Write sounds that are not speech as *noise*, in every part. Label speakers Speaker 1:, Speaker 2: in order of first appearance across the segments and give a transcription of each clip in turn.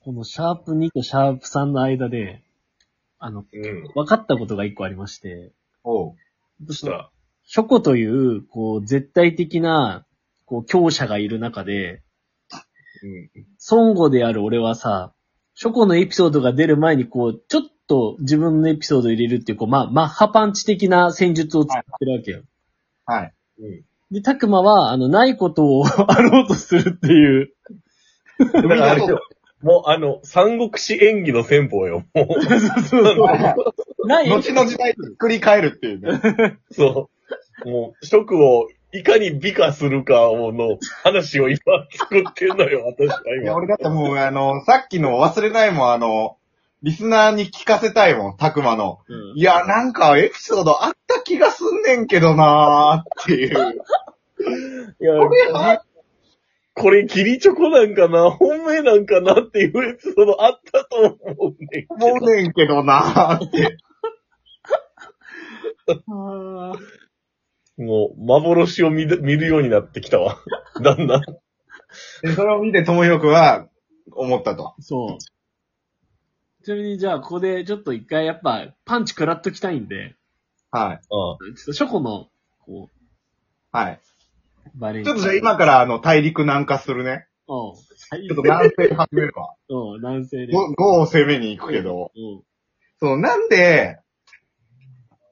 Speaker 1: このシャープ2とシャープ3の間で、あの、
Speaker 2: うん。
Speaker 1: 分かったことが1個ありまして、
Speaker 2: おう。どうした
Speaker 1: ショコという、こう、絶対的な、こう、強者がいる中で、
Speaker 2: うん。
Speaker 1: 孫悟である俺はさ、ショコのエピソードが出る前に、こう、ちょっと自分のエピソードを入れるっていう、こう、まあ、マッハパンチ的な戦術を使ってるわけよ。
Speaker 2: はい。うん。
Speaker 1: で、タクマは、あの、ないことを *laughs* あろうとするっていう。
Speaker 2: だからあれでしょ。
Speaker 3: もうあの、三国志演技の戦法よ。 *laughs* もう、
Speaker 1: ない
Speaker 2: 後の時代にひっくり返るっていうね。
Speaker 3: そう。もう、食をいかに美化するかをの話を今作ってんのよ、私はい
Speaker 2: や、
Speaker 3: 今。
Speaker 2: 俺だってもう、あの、さっきの忘れないもん、あの、リスナーに聞かせたいもん、たくまの。
Speaker 1: うん
Speaker 2: いや、なんかエピソードあった気がすんねんけどなーっていう。
Speaker 3: いやこれ、キリチョコなんかな、本命なんかなっていうエピソードあったと思うねんけど。
Speaker 2: 思うねんけどなーって。
Speaker 3: もう、幻を見る見るようになってきたわ。 *laughs* だんだん。
Speaker 2: で、それを見て、ともひろくんは、思ったと。
Speaker 1: そう。ちなみにじゃあ、ここでちょっと一回やっぱ、パンチ食らっときたいんで、
Speaker 2: はい。
Speaker 3: あ
Speaker 1: ちょっとショコの、こ
Speaker 2: はい。
Speaker 1: う、バレン
Speaker 2: ちょっとじゃあ今から、あの、大陸南下するね。
Speaker 1: うん。最
Speaker 2: ちょっと南西始める *laughs* わ。
Speaker 1: うん、男性で。
Speaker 2: 5を攻めに行くけど。
Speaker 1: うん。
Speaker 2: その、なんで、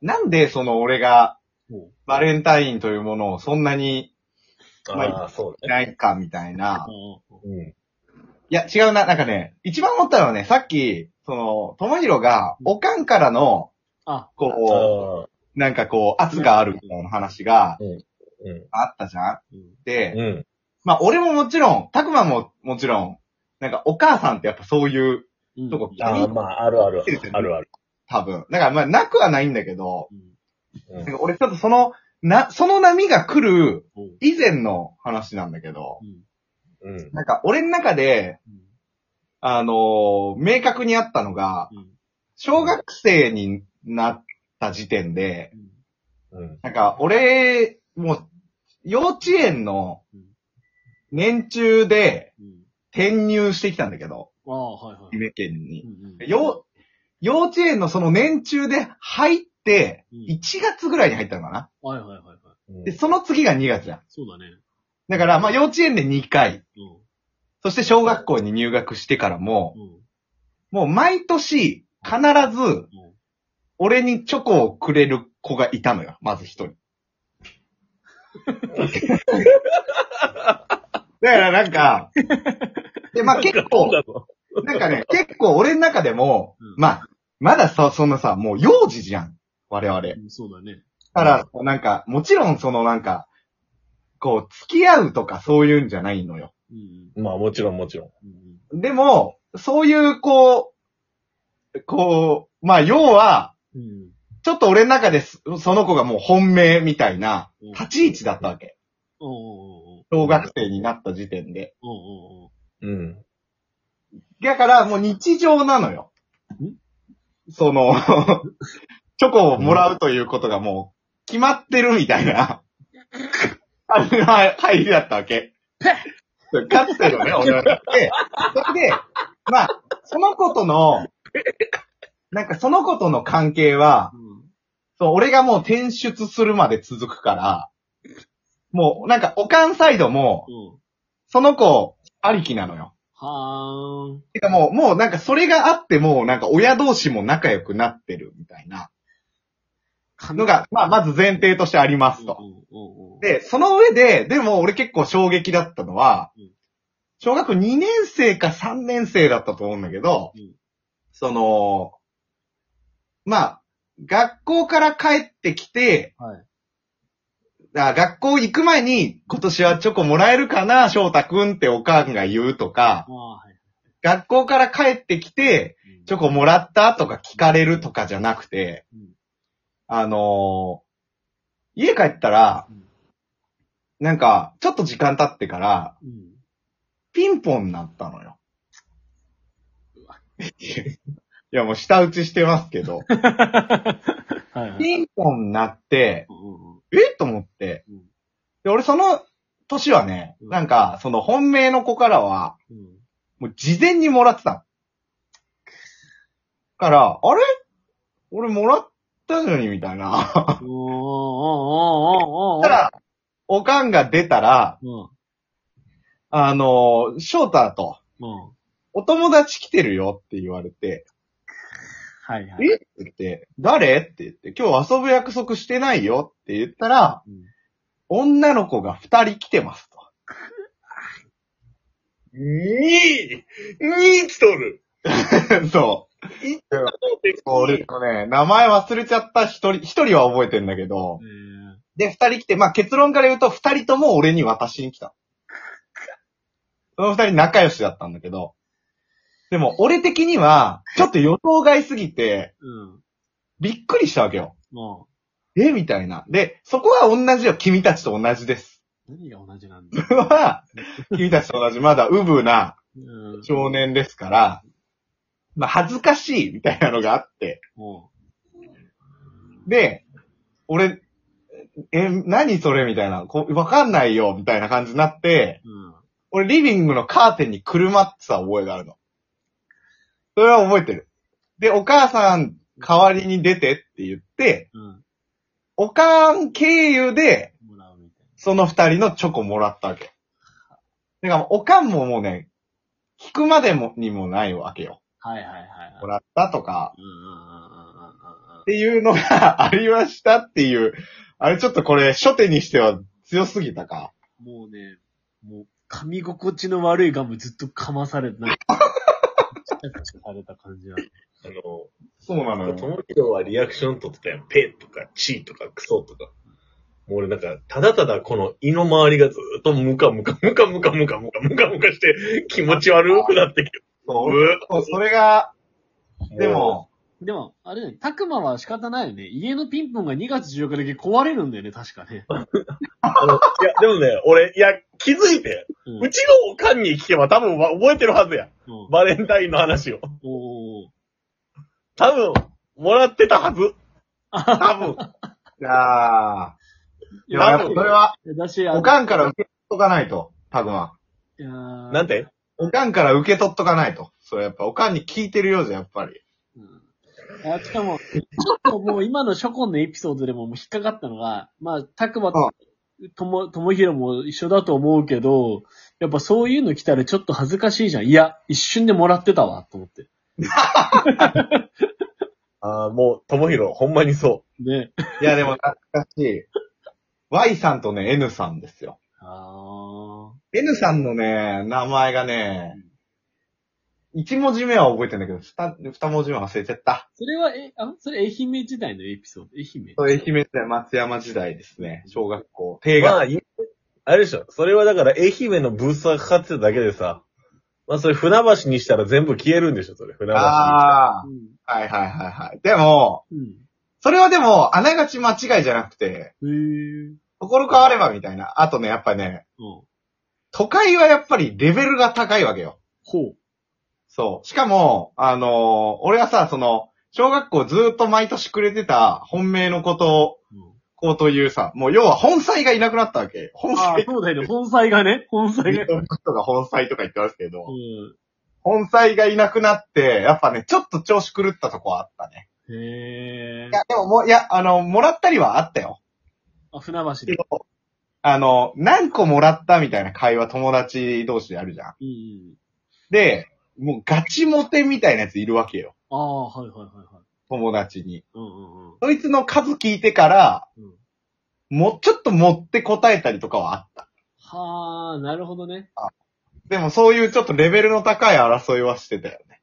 Speaker 2: なんでその俺が
Speaker 1: うん
Speaker 2: バレンタインというものをそんなに
Speaker 3: あ、
Speaker 2: ま
Speaker 3: ああ、そうね。
Speaker 2: ないかみたいな。
Speaker 3: うん。
Speaker 2: いや、違うな。なんかね、一番思ったのはね、さっき、その、ともひろが、おかんからの、
Speaker 1: あ、
Speaker 2: こ
Speaker 3: ああ、
Speaker 2: う、なんかこう、圧があるみたいな話が
Speaker 3: うん。
Speaker 2: あったじゃん
Speaker 1: うん
Speaker 2: で、
Speaker 3: うん。
Speaker 2: まあ俺ももちろん、たくまももちろん、なんかお母さんってやっぱそういう、
Speaker 1: うん
Speaker 2: どこ来た
Speaker 3: ああ、まあ、あるある。あるある。
Speaker 2: 多分。だからまあなくはないんだけど、
Speaker 1: うん
Speaker 3: うん
Speaker 2: なんか俺ちょっとその、な、その波が来る
Speaker 1: うん
Speaker 2: 以前の話なんだけど、
Speaker 1: うん
Speaker 3: うん。
Speaker 2: なんか、俺の中で、
Speaker 1: うん
Speaker 2: あのー明確にあったのが、
Speaker 1: うん
Speaker 2: 小学生になった時点で、
Speaker 1: うん
Speaker 3: うん。
Speaker 2: なんか、俺、もう、幼稚園の
Speaker 1: うん、
Speaker 2: 年中で
Speaker 1: うん
Speaker 2: 転入してきたんだけど、
Speaker 1: ああ、はいはい
Speaker 2: 愛媛県に。
Speaker 1: うんうん。
Speaker 2: 幼、幼稚園のその年中で入って、
Speaker 1: うん
Speaker 2: 1月ぐらいに入ったのかな。
Speaker 1: はいはいはいはい。
Speaker 2: で、その次が2月だ。
Speaker 1: そうだね。
Speaker 2: だから、まあ、幼稚園で2回、
Speaker 1: うん。
Speaker 2: そして小学校に入学してからも、
Speaker 1: うん。
Speaker 2: もう毎年、必ず、
Speaker 1: うん
Speaker 2: 俺にチョコをくれる子がいたのよ。まず一 *laughs* 人。だからなんか、で、まあ結構、なんかね、結構俺の中でも、
Speaker 1: うん
Speaker 2: まあ、まださ、そんなさ、もう幼児じゃん。我々。だ
Speaker 1: うんそうだね。
Speaker 2: から、なんか、もちろんそのなんか、こう、付き合うとかそういうんじゃないのよ。
Speaker 1: うんうん
Speaker 3: まあ、もちろんもちろん。
Speaker 1: うんうん。
Speaker 2: でも、そういう、こう、こう、まあ要は、
Speaker 1: うん
Speaker 2: ちょっと俺の中です、その子がもう本命みたいな
Speaker 1: うん。
Speaker 2: 立ち位置だったわけ。
Speaker 1: おうおうおう
Speaker 2: 小学生になった時点で。
Speaker 1: おうおうおう
Speaker 3: うん。
Speaker 2: だからもう日常なのよ
Speaker 1: ん。
Speaker 2: その、 *laughs* チョコをもらうということがもう決まってるみたいな、あの入りだったわけ。かつてのね、俺は。で、それで、まあ、その子との、なんかその子との関係は、
Speaker 1: うん。
Speaker 2: そう、俺がもう転出するまで続くから、もう、なんか、おかんサイドも、
Speaker 1: うん。
Speaker 2: その子、ありきなのよ。
Speaker 1: はーん。
Speaker 2: てかもう、もうなんか、それがあっても、なんか、親同士も仲良くなってるみたいなのが、まあ、まず前提としてありますと。
Speaker 1: と、
Speaker 2: で、その上で、でも俺結構衝撃だったのは
Speaker 1: うん、
Speaker 2: 小学2年生か3年生だったと思うんだけど
Speaker 1: うん、
Speaker 2: その、まあ、学校から帰ってきて、
Speaker 1: はい。
Speaker 2: あ学校行く前に、今年はチョコもらえるかな、翔太くんっておかんが言うとか、
Speaker 1: ああ、はい。
Speaker 2: 学校から帰ってきて、チョコもらったとか聞かれるとかじゃなくて、
Speaker 1: うん
Speaker 2: あのー家帰ったら
Speaker 1: うん、
Speaker 2: なんか、ちょっと時間経ってから、
Speaker 1: *laughs* うん。
Speaker 2: ピンポンになったのよ *laughs*
Speaker 1: うわ。
Speaker 2: いや、もう下打ちしてますけ
Speaker 1: *laughs*
Speaker 2: ど、
Speaker 1: はいはい。
Speaker 2: ピンポンになって、
Speaker 1: うんうんうん
Speaker 2: えっと思って
Speaker 1: うん。
Speaker 2: で、俺その年はね、なんか、その本命の子からは、
Speaker 1: うん
Speaker 2: もう事前にもらってたの。だから、あれ俺もらったのに、みたいな。
Speaker 1: おーおーおーおーおーお
Speaker 2: *laughs* たら、おかんが出たら、
Speaker 1: うん。
Speaker 2: あのー、翔太と、
Speaker 1: うん。
Speaker 2: お友達来てるよって言われて、
Speaker 1: はいはい。
Speaker 2: えって言って、誰って言って、今日遊ぶ約束してないよって言ったら、
Speaker 1: うん
Speaker 2: 女の子が二人来てますと。
Speaker 3: にに来とる
Speaker 2: *laughs* そう。
Speaker 3: 一
Speaker 2: 俺のね、名前忘れちゃった一人、一人は覚えてんだけど、
Speaker 1: えー
Speaker 2: で、二人来て、まあ結論から言うと、二人とも俺に渡しに来た。その二人仲良しだったんだけど、でも俺的には、ちょっと予想外すぎて、
Speaker 1: うん。
Speaker 2: びっくりしたわけよ。
Speaker 1: も
Speaker 2: えみたいな。で、そこは同じよ。君たちと同じです。
Speaker 1: う、何が同じなんだ
Speaker 2: それは、 *laughs* 君たちと同じ、まだウブな
Speaker 1: うん。
Speaker 2: 少年ですから、まあ恥ずかしいみたいなのがあって、
Speaker 1: も
Speaker 2: で、俺、え、何それみたいな、こわかんないよ、みたいな感じになって、
Speaker 1: う、うん。
Speaker 2: 俺、リビングのカーテンにくるまってた覚えがあるの。それは覚えてる。で、お母さん、代わりに出てって言って、
Speaker 1: うん。
Speaker 2: おかん経由で、
Speaker 1: もらうみたい
Speaker 2: その二人のチョコもらったわけ。だから、おかんももうね、聞くまでも、にもないわけよ。
Speaker 1: な。はいはいはいはい。
Speaker 2: もらったとか、
Speaker 1: うんうんうんうんうんうん
Speaker 2: っていうのが *laughs* ありましたっていう、あれちょっとこれ、初手にしては強すぎたか。
Speaker 1: もうね、もう、噛み心地の悪いガムずっと噛まされ *laughs* て、なんか、チクチクされた感じだ。
Speaker 3: あの、
Speaker 2: そうなの
Speaker 3: と
Speaker 2: よ。
Speaker 3: もきろはリアクション取ってたやん。ペとか、チーとか、クソとか。もう俺なんか、ただただこの胃の周りがずっとムカムカ、ムカムカムカムカムカムカして、気持ち悪くなってきて。
Speaker 2: そうそうそれが、でも、
Speaker 1: でも、あれね、たくまは仕方ないよね。家のピンポンが2月14日だけ壊れるんだよね、確かね。
Speaker 3: あの、いや、でもね、俺、いや、気づいて、
Speaker 1: う
Speaker 3: うちのおかんに聞けば多分わ覚えてるはずや。
Speaker 1: うん
Speaker 3: バレンタインの話を。
Speaker 1: おー
Speaker 3: 多分、もらってたはず。多分。
Speaker 2: いやー。いや、やっぱそれは、
Speaker 1: だし、あの
Speaker 2: おかんから受け取っとかないと、たぶん。
Speaker 1: いやー
Speaker 3: なんて
Speaker 2: おかんから受け取っとかないと。それやっぱ、おかんに聞いてるようじゃ、やっぱり。
Speaker 1: うんあしかも、ちょっともう今の初婚のエピソードでももう引っかかったのが、まあ、たくまと、とも、ともひろも一緒だと思うけど、やっぱそういうの来たらちょっと恥ずかしいじゃん。いや、一瞬でもらってたわ、と思って。
Speaker 3: ああ、もう、ともひろ、ほんまにそ
Speaker 1: ね。
Speaker 2: いや、でも、懐かしい。Y さんとね、N さんですよ。
Speaker 1: あ
Speaker 2: N さんのね、名前がね、一文字目は覚えてんだけど、二、二文字目は忘れちゃった。
Speaker 1: それは、え、あ、それ愛媛時代のエピソード。愛媛。
Speaker 2: そう愛媛時代、松山時代ですね。小学校、
Speaker 3: う。
Speaker 2: 低
Speaker 3: ま
Speaker 2: 学
Speaker 3: あ、いあれでしょ。それはだから、愛媛のブースがかかってただけでさ。まあ、それ船橋にしたら全部消えるんでしょ、それ。船橋にしたら。
Speaker 2: あ
Speaker 1: うん。
Speaker 2: あ、はいはいはいはい。でも、
Speaker 1: うん。
Speaker 2: それはでも、あながち間違いじゃなくて、
Speaker 1: へー。
Speaker 2: ところ変わればみたいな。あとね、やっぱね、
Speaker 1: うん。
Speaker 2: 都会はやっぱりレベルが高いわけよ。
Speaker 1: ほう。
Speaker 2: そう。しかも、あのー俺はさ、その、小学校ずーっと毎年くれてた本命のこと
Speaker 1: うん
Speaker 2: こうというさ、もう要は本妻がいなくなったわけ。本
Speaker 1: あ *laughs* ー
Speaker 2: 妻
Speaker 1: そうだよね。本妻がね。本妻が。
Speaker 2: とか本妻とか言ってますけど、
Speaker 1: う
Speaker 2: 本妻がいなくなって、やっぱね、ちょっと調子狂ったとこはあったね。
Speaker 1: ん。へー
Speaker 2: い。や、でももう、いや、あの、もらったりはあったよ。
Speaker 1: あ、船橋で。
Speaker 2: あの、何個もらったみたいな会話友達同士であるじゃん。
Speaker 1: うんうん。
Speaker 2: で、もうガチモテみたいなやついるわけよ。
Speaker 1: ああ、はいはいはいはい。
Speaker 2: 友達に。
Speaker 1: うんうんうん。
Speaker 2: そいつの数聞いてから、
Speaker 1: うん
Speaker 2: もうちょっと持って答えたりとかはあった。
Speaker 1: はあ、なるほどね。
Speaker 2: でもそういうちょっとレベルの高い争いはしてたよね。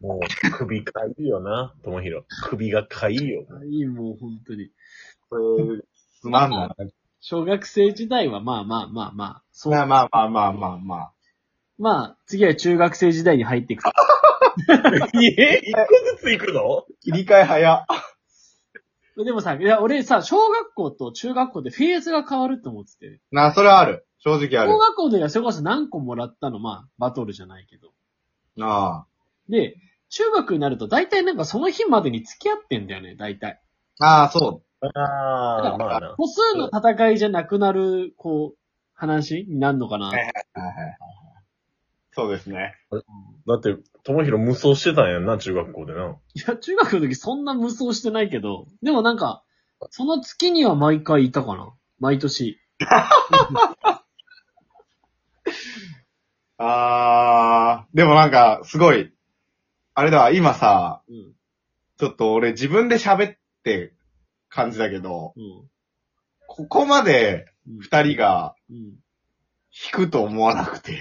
Speaker 3: もう、首かいいよな、ともひろ。首がかいいよ。
Speaker 1: いい、もう本当に。
Speaker 2: これ、つまんない。
Speaker 1: 小学生時代はまあまあまあまあ、そう。
Speaker 2: まあまあまあまあまあまあ。
Speaker 1: まあ、次は中学生時代に入っていく。
Speaker 3: *laughs* え一個ずつ行くの
Speaker 2: 切り替え早。
Speaker 1: でもさ、いや、俺さ、小学校と中学校でフェーズが変わると思ってて。
Speaker 2: なあ、それはある。正直ある
Speaker 1: 小。学校の時はそれこそ何個もらったの、まあ、バトルじゃないけど。
Speaker 2: な
Speaker 1: で、中学になると大体なんかその日までに付き合ってんだよね、大体。
Speaker 2: あ。ああ、そう。
Speaker 3: ああ、まあな。
Speaker 1: 個数の戦いじゃなくなる、こう、話になるのかな。
Speaker 2: はいそうですね。
Speaker 3: だって、ともひろ無双してたんやんな、中学校でな。
Speaker 1: いや、中学の時そんな無双してないけど、でもなんか、その月には毎回いたかな。毎年。
Speaker 2: あー、でもなんか、すごい、あれだわ、今さ、
Speaker 1: うん。
Speaker 2: ちょっと俺自分で喋って感じだけど、
Speaker 1: うん。
Speaker 2: ここまで二人が
Speaker 1: うん。
Speaker 2: 弾くと思わなくて、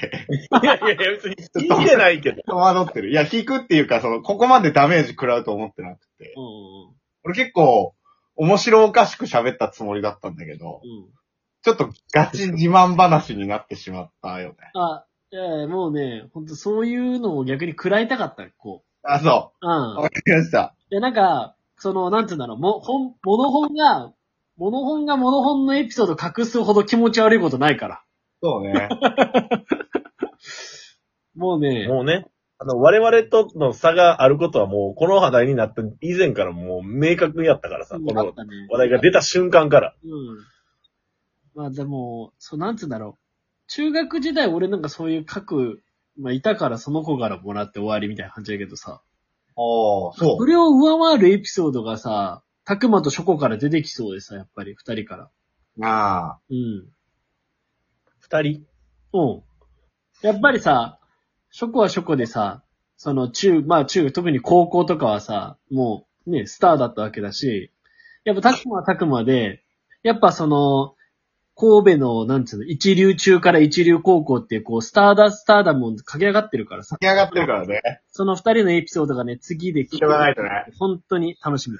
Speaker 3: いやいやいや、別に聞いてないけど。
Speaker 2: 戸惑ってる。いや、弾くっていうか、その、ここまでダメージ食らうと思ってなくて。
Speaker 1: うん。
Speaker 2: 俺結構、面白おかしく喋ったつもりだったんだけど、
Speaker 1: うん。
Speaker 2: ちょっとガチ自慢話になってしまったよね。
Speaker 1: あ、いやいやもうね、ほんとそういうのを逆に食らいたかった、こ。
Speaker 2: あ、そう
Speaker 1: うん
Speaker 2: う。。わかりました。
Speaker 1: いや、なんか、その、なんて言うんだろう、も、本、モノ本が、モノ本がモノ本のエピソード隠すほど気持ち悪いことないから。
Speaker 2: そうね。
Speaker 1: もうね、
Speaker 3: *laughs* もうね、あの、我々との差があることはもう、この話題になった以前からもう明確にやったからさ、
Speaker 1: う
Speaker 3: こ
Speaker 1: んあ
Speaker 3: の
Speaker 1: ったね。
Speaker 3: 話題が出た瞬間から。
Speaker 1: うん。まあでも、そう、なんつうんだろう。中学時代俺なんかそういう書く、まあいたからその子からもらって終わりみたいな感じだけどさ。
Speaker 2: *laughs* おー、そ
Speaker 1: それを上回るエピソードがさ、たくまとショコから出てきそうでさ、やっぱり二人から。
Speaker 2: う。あ
Speaker 1: うん。
Speaker 3: 二人
Speaker 1: うん。やっぱりさ、ショコはショコでさ、その中、まあ中、特に高校とかはさ、もうね、スターだったわけだし、やっぱタクマはタクマで、やっぱその、神戸の、なんつうの、一流中から一流高校っていう、こう、スターだ、スターだもん駆け上がってるからさ
Speaker 2: ー。、出来上がってるからね。
Speaker 1: その二人のエピソードがね、次で聞
Speaker 2: しょうがないとね。
Speaker 1: 本当に楽しみ。